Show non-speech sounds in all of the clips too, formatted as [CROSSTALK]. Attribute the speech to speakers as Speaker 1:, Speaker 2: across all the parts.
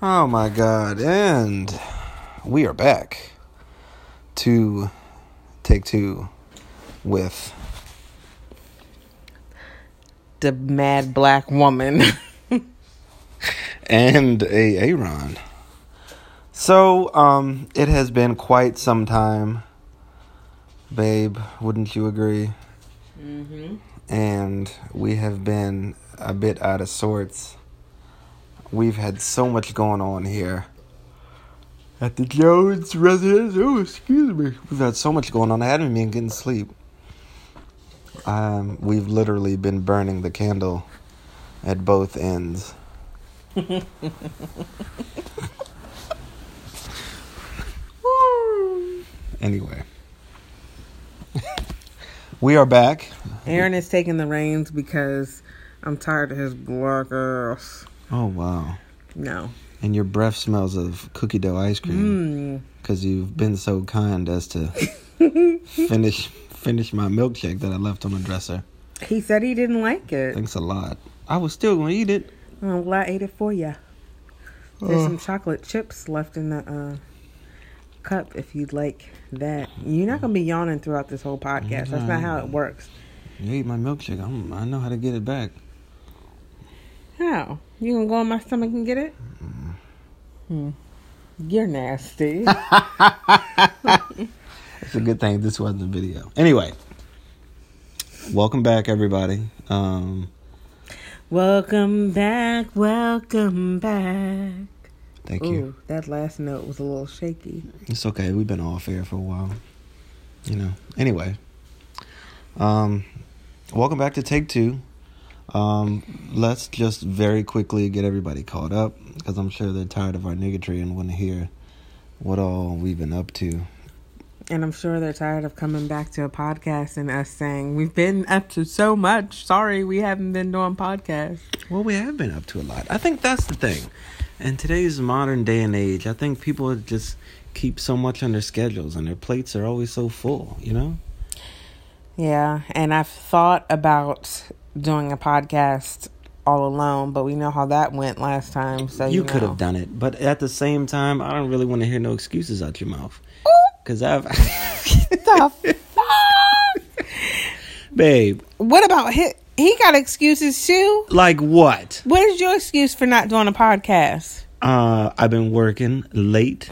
Speaker 1: Oh my god. And we are back to take two with
Speaker 2: The mad black woman. [LAUGHS]
Speaker 1: and a Aaron. So, um, it has been quite some time, babe. Wouldn't you agree? Mm-hmm. And we have been a bit out of sorts. We've had so much going on here at the Jones residence. Oh, excuse me. We've had so much going on. I haven't been getting sleep. Um, we've literally been burning the candle at both ends. Anyway, we are back.
Speaker 2: Aaron is taking the reins because I'm tired of his bloggers.
Speaker 1: Oh wow!
Speaker 2: No.
Speaker 1: And your breath smells of cookie dough ice cream
Speaker 2: Mm.
Speaker 1: because you've been so kind as to finish finish my milkshake that I left on the dresser.
Speaker 2: He said he didn't like it.
Speaker 1: Thanks a lot. I was still gonna eat it.
Speaker 2: Well, I ate it for ya. There's some chocolate chips left in the uh, cup if you'd like that. You're not going to be yawning throughout this whole podcast. That's not how it works.
Speaker 1: You ate my milkshake. I'm, I know how to get it back.
Speaker 2: How? You gonna go in my stomach and get it? Hmm. You're nasty. [LAUGHS]
Speaker 1: It's a good thing this wasn't a video. Anyway, welcome back, everybody. Um,
Speaker 2: welcome back, welcome back.
Speaker 1: thank you.
Speaker 2: Ooh, that last note was a little shaky.
Speaker 1: It's okay. We've been off air for a while. You know. Anyway, um, welcome back to Take Two. Um, let's just very quickly get everybody caught up because I'm sure they're tired of our niggotry and want to hear what all we've been up to.
Speaker 2: And I'm sure they're tired of coming back to a podcast and us saying, We've been up to so much. Sorry, we haven't been doing podcasts.
Speaker 1: Well, we have been up to a lot. I think that's the thing. In today's modern day and age, I think people just keep so much on their schedules and their plates are always so full, you know?
Speaker 2: Yeah, and I've thought about doing a podcast all alone, but we know how that went last time. So
Speaker 1: you
Speaker 2: you,
Speaker 1: could
Speaker 2: know.
Speaker 1: have done it, but at the same time, I don't really want to hear no excuses out your mouth. Cuz I've [LAUGHS]
Speaker 2: [LAUGHS] The fuck?
Speaker 1: Babe,
Speaker 2: What about he? He got excuses too.
Speaker 1: like what?
Speaker 2: What is your excuse for not doing a podcast?
Speaker 1: Uh, I've been working late.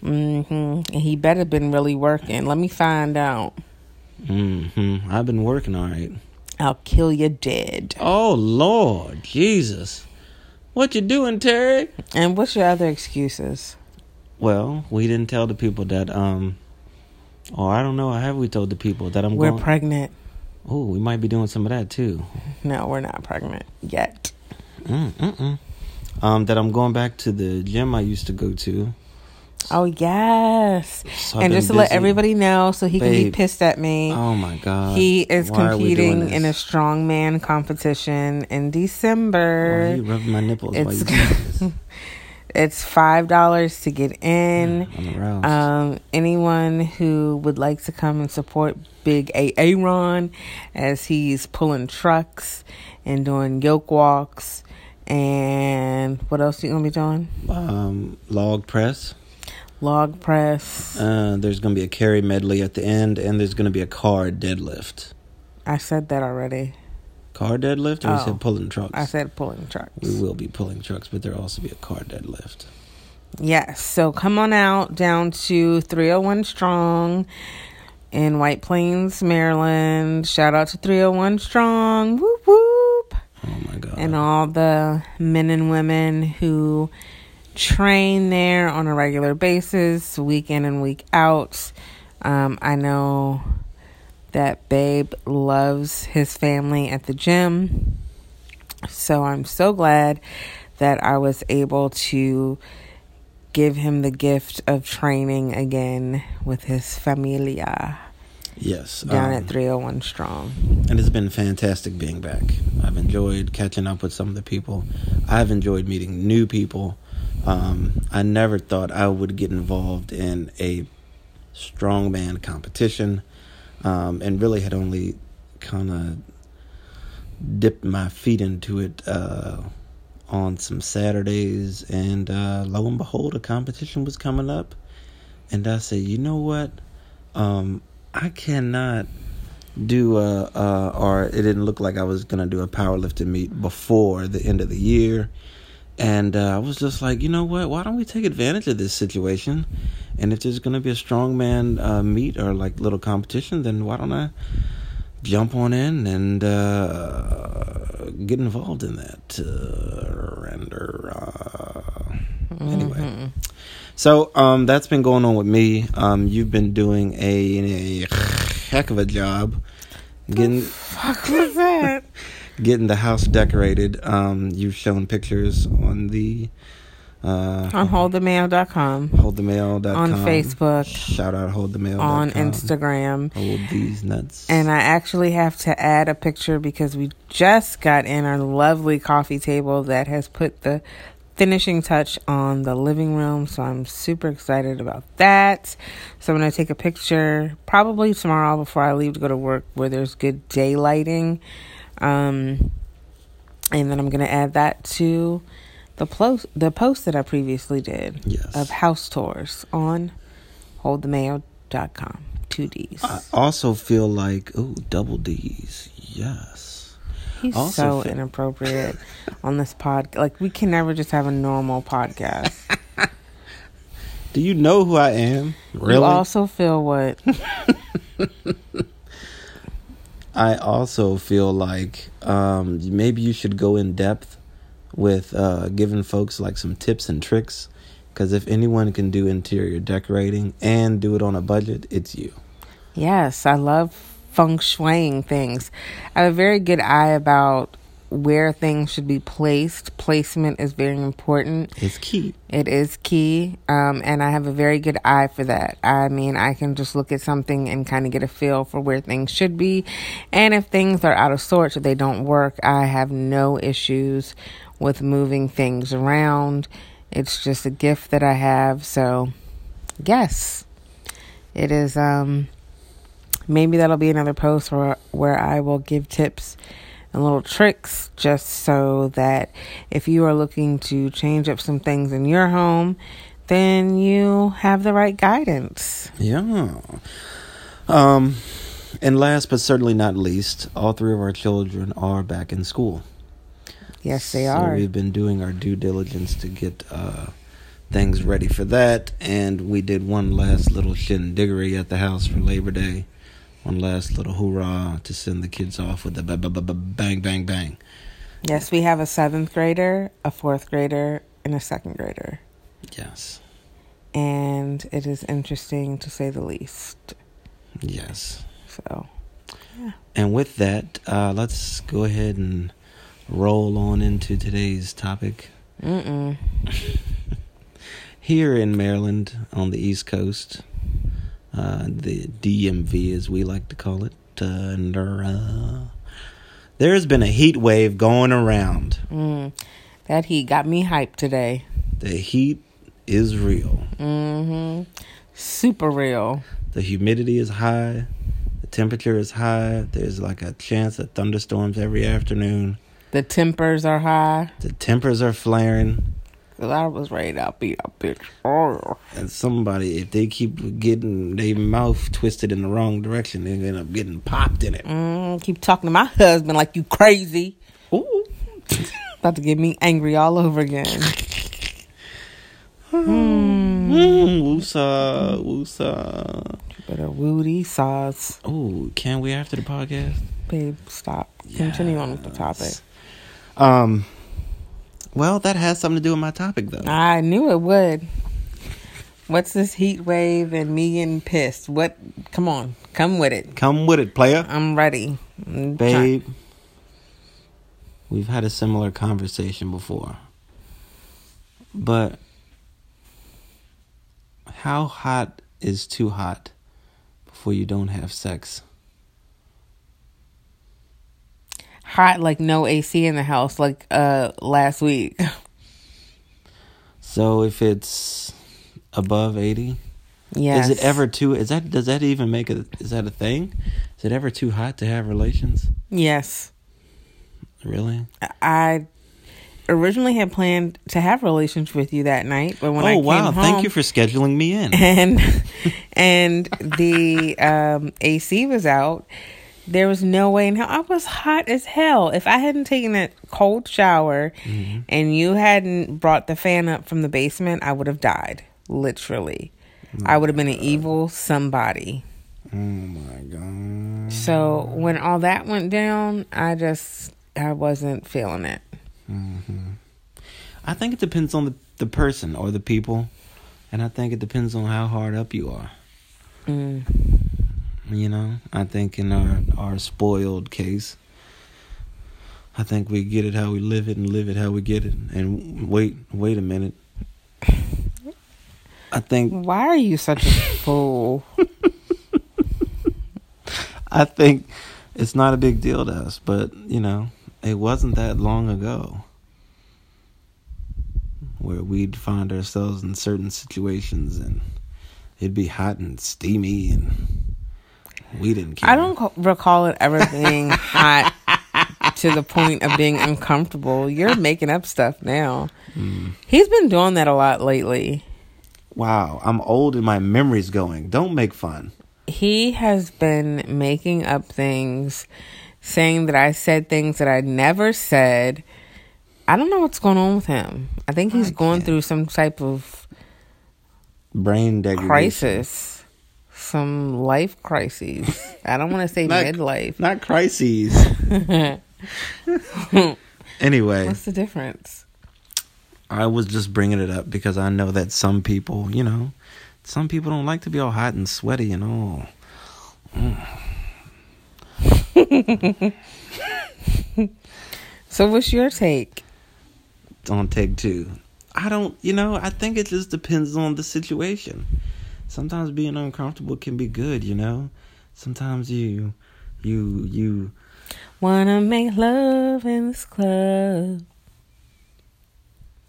Speaker 2: hmm He better been really working. Let me find out.
Speaker 1: Mhm. I've been working all right.
Speaker 2: I'll kill you dead.
Speaker 1: Oh lord, Jesus. What you doing, Terry?
Speaker 2: And what's your other excuses?
Speaker 1: Well, we didn't tell the people that um Oh, I don't know. Have we told the people that I'm
Speaker 2: We're
Speaker 1: going?
Speaker 2: pregnant.
Speaker 1: oh, we might be doing some of that too.
Speaker 2: No, we're not pregnant yet.
Speaker 1: Mm, mm-mm. Um, that I'm going back to the gym I used to go to.
Speaker 2: Oh yes.
Speaker 1: So I've
Speaker 2: and
Speaker 1: been
Speaker 2: just to let
Speaker 1: busy.
Speaker 2: everybody know, so he can be
Speaker 1: Babe.
Speaker 2: pissed at me.
Speaker 1: Oh my God!
Speaker 2: he is
Speaker 1: Why are we doing
Speaker 2: competing in a
Speaker 1: this?
Speaker 2: strongman competition in
Speaker 1: Why
Speaker 2: December.
Speaker 1: are you rubbing my nipples while you
Speaker 2: It's-
Speaker 1: doing this?
Speaker 2: [LAUGHS] It's five dollars to
Speaker 1: [LAUGHS]
Speaker 2: get in.
Speaker 1: I'm aroused.
Speaker 2: Um, anyone who would like to come and support Big A Aaron as he's pulling trucks and doing yoke walks and what else you gonna be doing?
Speaker 1: um, log press.
Speaker 2: Log press.
Speaker 1: Uh, there's going to be a carry medley at the end, and there's going to be a car deadlift.
Speaker 2: I said that already.
Speaker 1: Car deadlift? Or you
Speaker 2: Oh.
Speaker 1: said pulling trucks?
Speaker 2: I said pulling trucks.
Speaker 1: we will be pulling trucks, but there'll also be a car deadlift.
Speaker 2: Yes. So come on out down to 301 Strong in White Plains, Maryland. Shout out to 301 Strong. Whoop whoop.
Speaker 1: Oh my God!
Speaker 2: And all the men and women who train there on a regular basis, week in and week out. Um, I know that Babe loves his family at the gym. So I'm so glad that I was able to give him the gift of training again with his familia
Speaker 1: yes,
Speaker 2: down
Speaker 1: um,
Speaker 2: at 301 Strong.
Speaker 1: and it's been fantastic being back. I've enjoyed catching up with some of the people. I've enjoyed meeting new people. Um, I never thought I would get involved in a strongman competition, um, and really had only kind of dipped my feet into it uh, on some Saturdays, and uh, lo and behold, a competition was coming up, and I said, you know what, um, I cannot do a, uh, or it didn't look like I was gonna do a powerlifting meet before the end of the year, and uh, I was just like, you know what, why don't we take advantage of this situation, and if there's gonna be a strongman uh, meet or like little competition, then why don't I? jump on in and uh, get involved in that. Uh, render. Uh, anyway, so um, that's been going on with me. Um, you've been doing a, a heck of a job getting
Speaker 2: Fuck was that?
Speaker 1: getting the house decorated. Um, you've shown pictures on the uh,
Speaker 2: on holdthemail.com,
Speaker 1: holdthemail.com.
Speaker 2: on Facebook,
Speaker 1: Shout out holdthemail.com.
Speaker 2: on Instagram.
Speaker 1: Hold these nuts.
Speaker 2: And I actually have to add a picture because we just got in our lovely coffee table that has put the finishing touch on the living room. So I'm super excited about that. So I'm going to take a picture probably tomorrow before I leave to go to work where there's good daylighting. Um, and then I'm going to add that to the, post the post that I previously did
Speaker 1: yes.
Speaker 2: of house tours on holdthemail.com. Two D's.
Speaker 1: I also feel like ooh, double D's. Yes.
Speaker 2: He's
Speaker 1: Also
Speaker 2: so
Speaker 1: fit-
Speaker 2: inappropriate [LAUGHS] on this pod. Like we can never just have a normal podcast.
Speaker 1: Do you know who I am?
Speaker 2: You also feel what?
Speaker 1: I also feel like um, maybe you should go in depth with uh, giving folks like some tips and tricks. Because if anyone can do interior decorating and do it on a budget, it's you.
Speaker 2: Yes, I love feng shuiing things. I have a very good eye about where things should be placed. Placement is very important.
Speaker 1: It's key.
Speaker 2: It is key, um, and I have a very good eye for that. I mean, I can just look at something and kind of get a feel for where things should be, and if things are out of sorts or they don't work, I have no issues with moving things around. It's just a gift that I have, so yes, it is. Um, maybe that'll be another post where where I will give tips and little tricks just so that if you are looking to change up some things in your home, then you have the right guidance.
Speaker 1: Yeah. Um, and last but certainly not least, all three of our children are back in school.
Speaker 2: Yes, they
Speaker 1: So
Speaker 2: are.
Speaker 1: We've been doing our due diligence to get uh, things ready for that, and we did one last little shindiggery at the house for Labor Day, one last little hoorah to send the kids off with a ba- ba- ba- ba- bang, bang, bang.
Speaker 2: Yes, we have a seventh grader, a fourth grader, and a second grader.
Speaker 1: Yes,
Speaker 2: And it is interesting to say the least.
Speaker 1: yes.
Speaker 2: So,
Speaker 1: And with that, uh, let's go ahead and roll on into today's topic.
Speaker 2: mm-mm.
Speaker 1: Here in Maryland, on the East Coast, uh, the DMV, as we like to call it, uh, and, uh, there has been a heat wave going around.
Speaker 2: Mm. That heat got me hyped today.
Speaker 1: The heat is real.
Speaker 2: Mm-hmm. Super real.
Speaker 1: The humidity is high. The temperature is high. There's like a chance of thunderstorms every afternoon.
Speaker 2: The tempers are high.
Speaker 1: The tempers are flaring.
Speaker 2: Cause I was ready to beat a bitch. Oh.
Speaker 1: And somebody, if they keep getting their mouth twisted in the wrong direction, they end up getting popped in it.
Speaker 2: Mm, keep talking to my husband like you crazy.
Speaker 1: Ooh.
Speaker 2: About to get me angry all over again.
Speaker 1: Mm, woosah, woosah.
Speaker 2: [LAUGHS] Better woody sauce.
Speaker 1: Oh, can we after the podcast?
Speaker 2: Babe, stop. Continue on with the topic.
Speaker 1: Um, well, that has something to do with my topic, though.
Speaker 2: I knew it would. What's this heat wave and me getting pissed? What? Come on. Come with it.
Speaker 1: Come with it, player.
Speaker 2: I'm ready. I'm trying-
Speaker 1: Babe, we've had a similar conversation before. But how hot is too hot before you don't have sex?
Speaker 2: Hot like no AC in the house like uh last week.
Speaker 1: So if it's above 80,
Speaker 2: yes.
Speaker 1: Is it ever too? Is that does that even make a? Is that a thing? Is it ever too hot to have relations?
Speaker 2: Yes.
Speaker 1: Really?
Speaker 2: I originally had planned to have relations with you that night, but when I
Speaker 1: oh
Speaker 2: came
Speaker 1: wow!
Speaker 2: home,
Speaker 1: Thank you for scheduling me in.
Speaker 2: [LAUGHS] and and the um, AC was out. There was no way in hell. I was hot as hell. If I hadn't taken that cold shower
Speaker 1: Mm-hmm.
Speaker 2: and you hadn't brought the fan up from the basement, I would have died. Literally, I would have been an evil somebody.
Speaker 3: Oh my god.
Speaker 2: So
Speaker 1: Mm.
Speaker 2: when all that went down, I just I wasn't feeling it.
Speaker 1: I think it depends on the, the person or the people, and I think it depends on how hard up you are.
Speaker 2: Mm.
Speaker 1: You know, I think in our our spoiled case, I think we get it how we live it and live it how we get it. And wait, wait a minute. I think
Speaker 2: Why are you such a fool?
Speaker 1: I think it's not a big deal to us, but you know, it wasn't that long ago where we'd find ourselves in certain situations and it'd be hot and steamy and we didn't care.
Speaker 2: I don't co- recall it ever being hot to the point of being uncomfortable. You're making up stuff now. He's been doing that a lot lately.
Speaker 1: Wow, I'm old and my memory's going. Don't make fun.
Speaker 2: He has been making up things, saying that I said things that I never said. I don't know what's going on with him. I think he's going through some type of
Speaker 1: Brain degradation.
Speaker 2: crisis, some life crises. I don't want to say
Speaker 1: Not-
Speaker 2: midlife.
Speaker 1: Not crises.
Speaker 2: [LAUGHS]
Speaker 1: anyway.
Speaker 2: What's the difference?
Speaker 1: I was just bringing it up because I know that some people, you know, some people don't like to be all hot and sweaty and all.
Speaker 2: So, what's your take?
Speaker 1: Don't take two. I don't, you know, I think it just depends on the situation. Sometimes being uncomfortable can be good, you know. Sometimes you, you, you.
Speaker 2: Wanna make love in this club.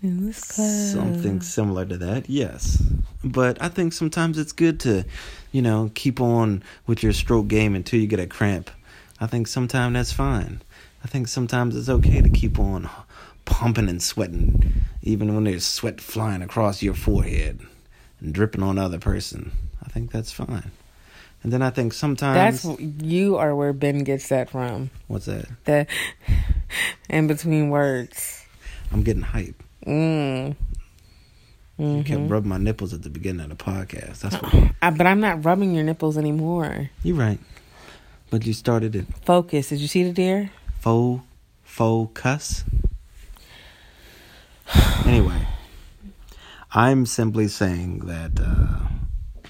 Speaker 2: In this club.
Speaker 1: something similar to that yes but i think sometimes it's good to you know keep on with your stroke game until you get a cramp i think sometimes that's fine i think sometimes it's okay to keep on pumping and sweating even when there's sweat flying across your forehead and dripping on the other person i think that's fine and then i think sometimes
Speaker 2: That's you are where Ben gets that from.
Speaker 1: what's that
Speaker 2: The in between words.
Speaker 1: i'm getting hype
Speaker 2: Mm.
Speaker 1: you kept rubbing my nipples at the beginning of the podcast that's what
Speaker 2: I, but I'm not rubbing your nipples anymore.
Speaker 1: you're right but you started it
Speaker 2: Focus. Did you see the deer?
Speaker 1: faux faux cuss. Anyway, I'm simply saying that uh,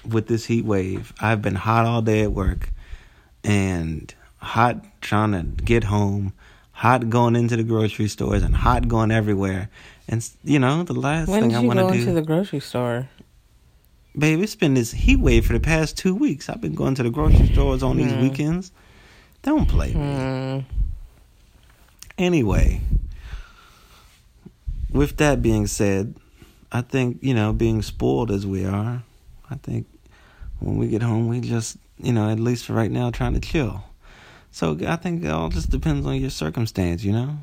Speaker 1: with this heat wave, I've been hot all day at work and hot trying to get home, hot going into the grocery stores, and hot going everywhere. And s- you know, the last
Speaker 2: When
Speaker 1: thing
Speaker 2: did
Speaker 1: I
Speaker 2: you
Speaker 1: want
Speaker 2: go
Speaker 1: to
Speaker 2: into
Speaker 1: do,
Speaker 2: the grocery store?
Speaker 1: babe, it's been this heat wave for the past two weeks. I've been going to the grocery stores on these weekends. Don't play me.
Speaker 2: Mm.
Speaker 1: Anyway, with that being said, I think, you know, being spoiled as we are, I think when we get home, we just, you know, at least for right now, trying to chill. So I think it all just depends on your circumstance, you know?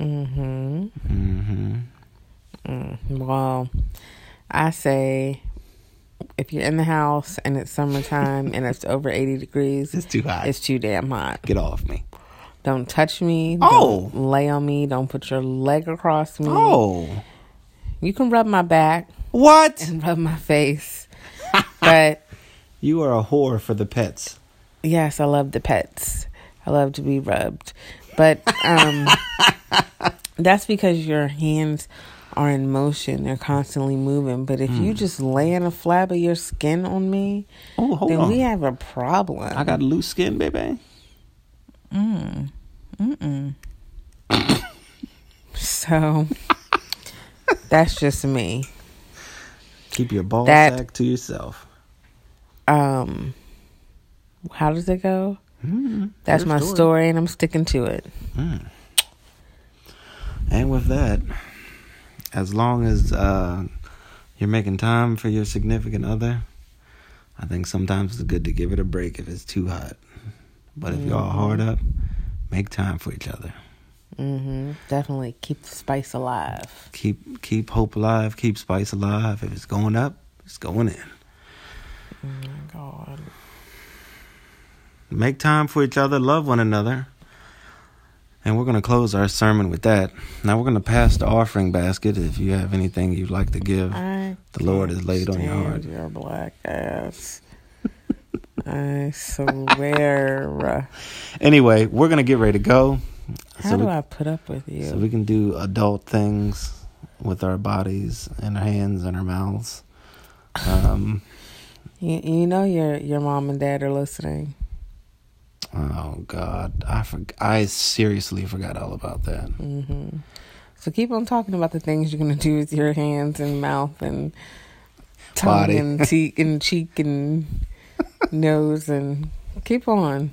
Speaker 2: Mm-hmm.
Speaker 1: hmm
Speaker 2: Mm, Well, I say if you're in the house and it's summertime and it's over 80 degrees,
Speaker 1: It's too hot.
Speaker 2: it's too damn hot.
Speaker 1: get off me.
Speaker 2: Don't touch me.
Speaker 1: Oh.
Speaker 2: Don't lay on me. Don't put your leg across me.
Speaker 1: Oh.
Speaker 2: You can rub my back
Speaker 1: What?
Speaker 2: and [LAUGHS] rub my face. but
Speaker 1: You are a whore for the pets.
Speaker 2: yes, I love the pets. I love to be rubbed. But
Speaker 1: [LAUGHS]
Speaker 2: um that's because your hands are in motion. They're constantly moving. But if
Speaker 1: Hmm.
Speaker 2: you just lay in a flap of your skin on me,
Speaker 1: Oh, hold
Speaker 2: then
Speaker 1: on.
Speaker 2: we have a problem.
Speaker 1: I got loose skin, baby. [LAUGHS]
Speaker 2: so that's just me.
Speaker 1: Keep your ball
Speaker 2: That-
Speaker 1: sack to yourself.
Speaker 2: um how does it go that's
Speaker 1: Your
Speaker 2: my
Speaker 1: Mm-hmm. story.
Speaker 2: story. and i'm sticking to it
Speaker 1: And with that, as long as uh, you're making time for your significant other, I think sometimes it's good to give it a break if it's too hot. But if y'all hard up, make time for each other.
Speaker 2: Mm-hmm. Definitely keep the spice alive.
Speaker 1: Keep keep hope alive. Keep spice alive. If it's going up, it's going in.
Speaker 2: Oh my God.
Speaker 1: Make time for each other. Love one another. And we're going to close our sermon with that. Now we're going to pass the offering basket. If you have anything you'd like to give,
Speaker 2: I
Speaker 1: the Lord
Speaker 2: can't
Speaker 1: is laid on your heart.
Speaker 2: stand Your black ass. [LAUGHS] I swear.
Speaker 1: Anyway, we're going to get ready to go. [LAUGHS]
Speaker 2: How
Speaker 1: So
Speaker 2: do
Speaker 1: we-
Speaker 2: I put up with you?
Speaker 1: So we can do adult things with our bodies and our hands and our mouths. Um,
Speaker 2: you? You know your your mom and dad are listening.
Speaker 1: oh God, I forg I seriously forgot all about that.
Speaker 2: hmm So keep on talking about the things you're gonna do with your hands and mouth and tongue
Speaker 1: Body.
Speaker 2: and cheek and
Speaker 1: [LAUGHS]
Speaker 2: cheek and nose and keep on.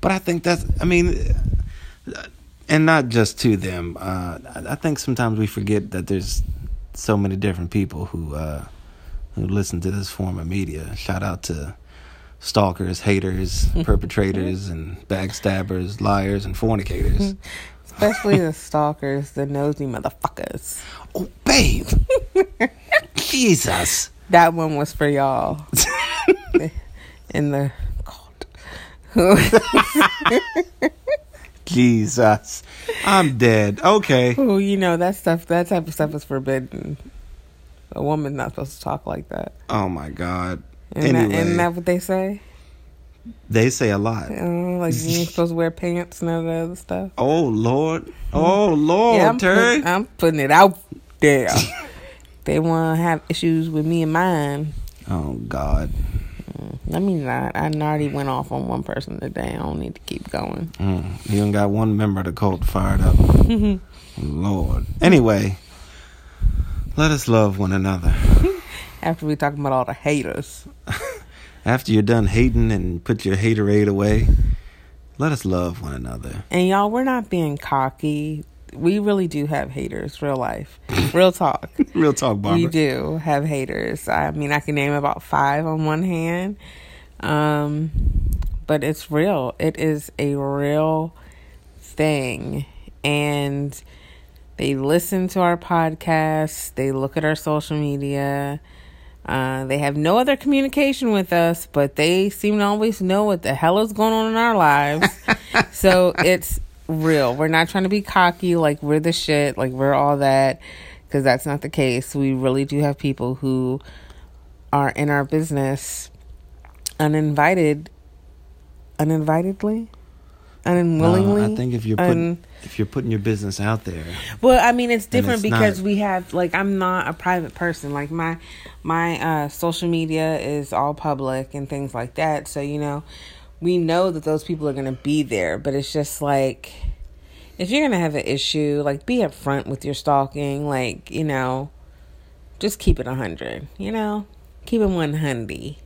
Speaker 1: But I think that's, I mean, and not just to them. Uh, I- I think sometimes we forget that there's so many different people who uh, who listen to this form of media. Shout out to stalkers,
Speaker 2: [LAUGHS]
Speaker 1: haters, perpetrators, and backstabbers, liars, and fornicators.
Speaker 2: [LAUGHS] Especially the stalkers, the nosy motherfuckers.
Speaker 1: Oh, babe. Jesus. [LAUGHS]
Speaker 2: That one was for y'all. In the God.
Speaker 1: Jesus. I'm dead. Okay.
Speaker 2: Who you know that stuff that type of stuff is forbidden. A woman's not supposed to talk like that.
Speaker 1: Oh, my God.
Speaker 2: Isn't, that,
Speaker 1: Anyway.
Speaker 2: isn't that what they say?
Speaker 1: They say a lot.
Speaker 2: Uh, like you ain't supposed to wear pants, none of the other stuff.
Speaker 1: Oh, Lord. Oh, Lord,
Speaker 2: yeah, I'm,
Speaker 1: Terry.
Speaker 2: putting, I'm putting it out there. they want to have issues with me and mine.
Speaker 1: oh, God.
Speaker 2: Let me not. I already went off on one person today. I don't need to keep going.
Speaker 1: Mm, you done got one member of the cult fired
Speaker 2: [LAUGHS]
Speaker 1: up. Lord. Anyway, let us love one another.
Speaker 2: After we talking about all the haters,
Speaker 1: After you're done hating and put your haterade away, let us love one another.
Speaker 2: and y'all, we're not being cocky. We really do have haters, real life, real talk.
Speaker 1: Real talk, Barbara.
Speaker 2: We do have haters. I mean, I can name about five on one hand. Um, but it's real. It is a real thing. And they listen to our podcast, they look at our social media. Uh, they have no other communication with us, but they seem to always know what the hell is going on in
Speaker 1: [LAUGHS]
Speaker 2: our lives. so it's real. We're not trying to be cocky, like we're the shit, like we're all that, because that's not the case. We really do have people who are in our business uninvited, uninvitedly, unwillingly.
Speaker 1: No, Uh, I think if you're putting
Speaker 2: un-
Speaker 1: if you're putting your business out there,
Speaker 2: well, I mean, it's different
Speaker 1: it's
Speaker 2: because
Speaker 1: not-
Speaker 2: we have like I'm not a private person. Like my my uh, social media is all public and things like that. So you know, we know that those people are going to be there. But it's just like if you're going to have an issue, like be upfront with your stalking. Like you know, just keep it hundred. You know, keep it one hundred.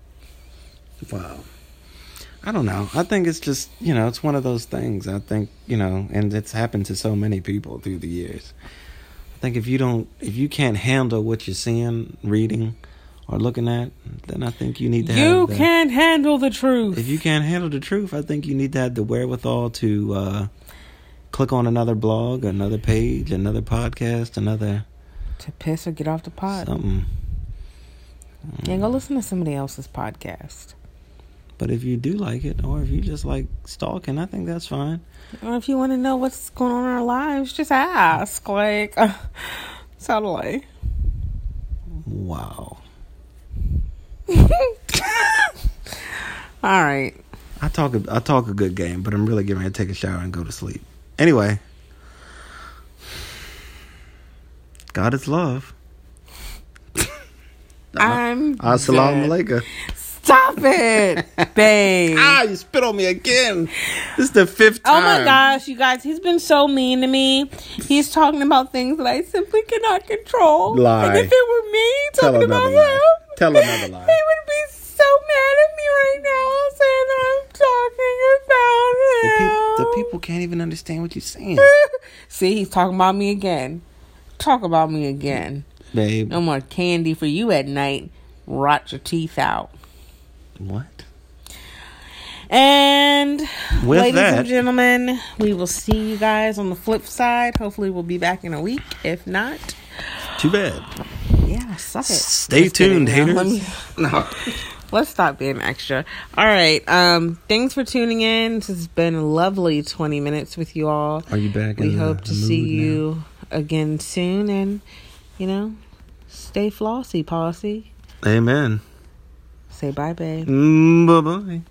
Speaker 1: wow. I don't know. I think it's just you know it's one of those things. I think you know, and it's happened to so many people through the years. I think if you don't, if you can't handle what you're seeing, reading, or looking at, then I think you need to.
Speaker 2: You
Speaker 1: have the,
Speaker 2: can't handle the truth.
Speaker 1: If you can't handle the truth, I think you need to have the wherewithal to uh, click on another blog, another page, another podcast, another
Speaker 2: to piss or get off the pod,
Speaker 1: something.
Speaker 2: yeah, go listen to somebody else's podcast.
Speaker 1: But if you do like it, or if you just like stalking, I think that's fine.
Speaker 2: Or if you want to know what's going on in our lives, just ask. Like, uh, [LAUGHS] totally.
Speaker 1: Wow.
Speaker 2: All right.
Speaker 1: I talk a, I talk a good game, but I'm really getting ready to take a shower and go to sleep. Anyway, God is love.
Speaker 2: I'm.
Speaker 1: Assalamu Uh-huh. Uh,
Speaker 2: dead.
Speaker 1: alaikum.
Speaker 2: Stop it,
Speaker 1: [LAUGHS]
Speaker 2: babe.
Speaker 1: Ah, you spit on me again. This is the fifth
Speaker 2: Oh
Speaker 1: time.
Speaker 2: my gosh, you guys, he's been so mean to me. He's talking about things that I simply cannot control.
Speaker 1: Lie.
Speaker 2: And if it were me
Speaker 1: Tell
Speaker 2: talking about
Speaker 1: another
Speaker 2: him,
Speaker 1: lie. Tell another lie.
Speaker 2: [LAUGHS] He would be so mad at me right now saying that I'm talking about
Speaker 1: The,
Speaker 2: him.
Speaker 1: peop- the people can't even understand what you're saying,
Speaker 2: [LAUGHS] See, he's talking about me again. Talk about me again.
Speaker 1: babe.
Speaker 2: No more candy for you at night. Rot your teeth out.
Speaker 1: What?
Speaker 2: And
Speaker 1: With
Speaker 2: ladies
Speaker 1: that-
Speaker 2: and gentlemen, we will see you guys on the flip side. Hopefully, we'll be back in a week. If not,
Speaker 1: Too bad.
Speaker 2: yeah, suck it.
Speaker 1: Stay tuned,
Speaker 2: kidding, man. [LAUGHS]
Speaker 1: haters.
Speaker 4: No.
Speaker 2: Let's stop being extra. All right. Um, thanks for tuning in. This has been a lovely 20 minutes with you all.
Speaker 1: Are you back?
Speaker 2: We
Speaker 1: in
Speaker 2: hope
Speaker 1: the
Speaker 2: to see
Speaker 1: mood now?
Speaker 2: you again soon. And, you know, stay flossy, posse.
Speaker 1: Amen. Mm,
Speaker 2: Say bye, babe.
Speaker 1: Bye bye.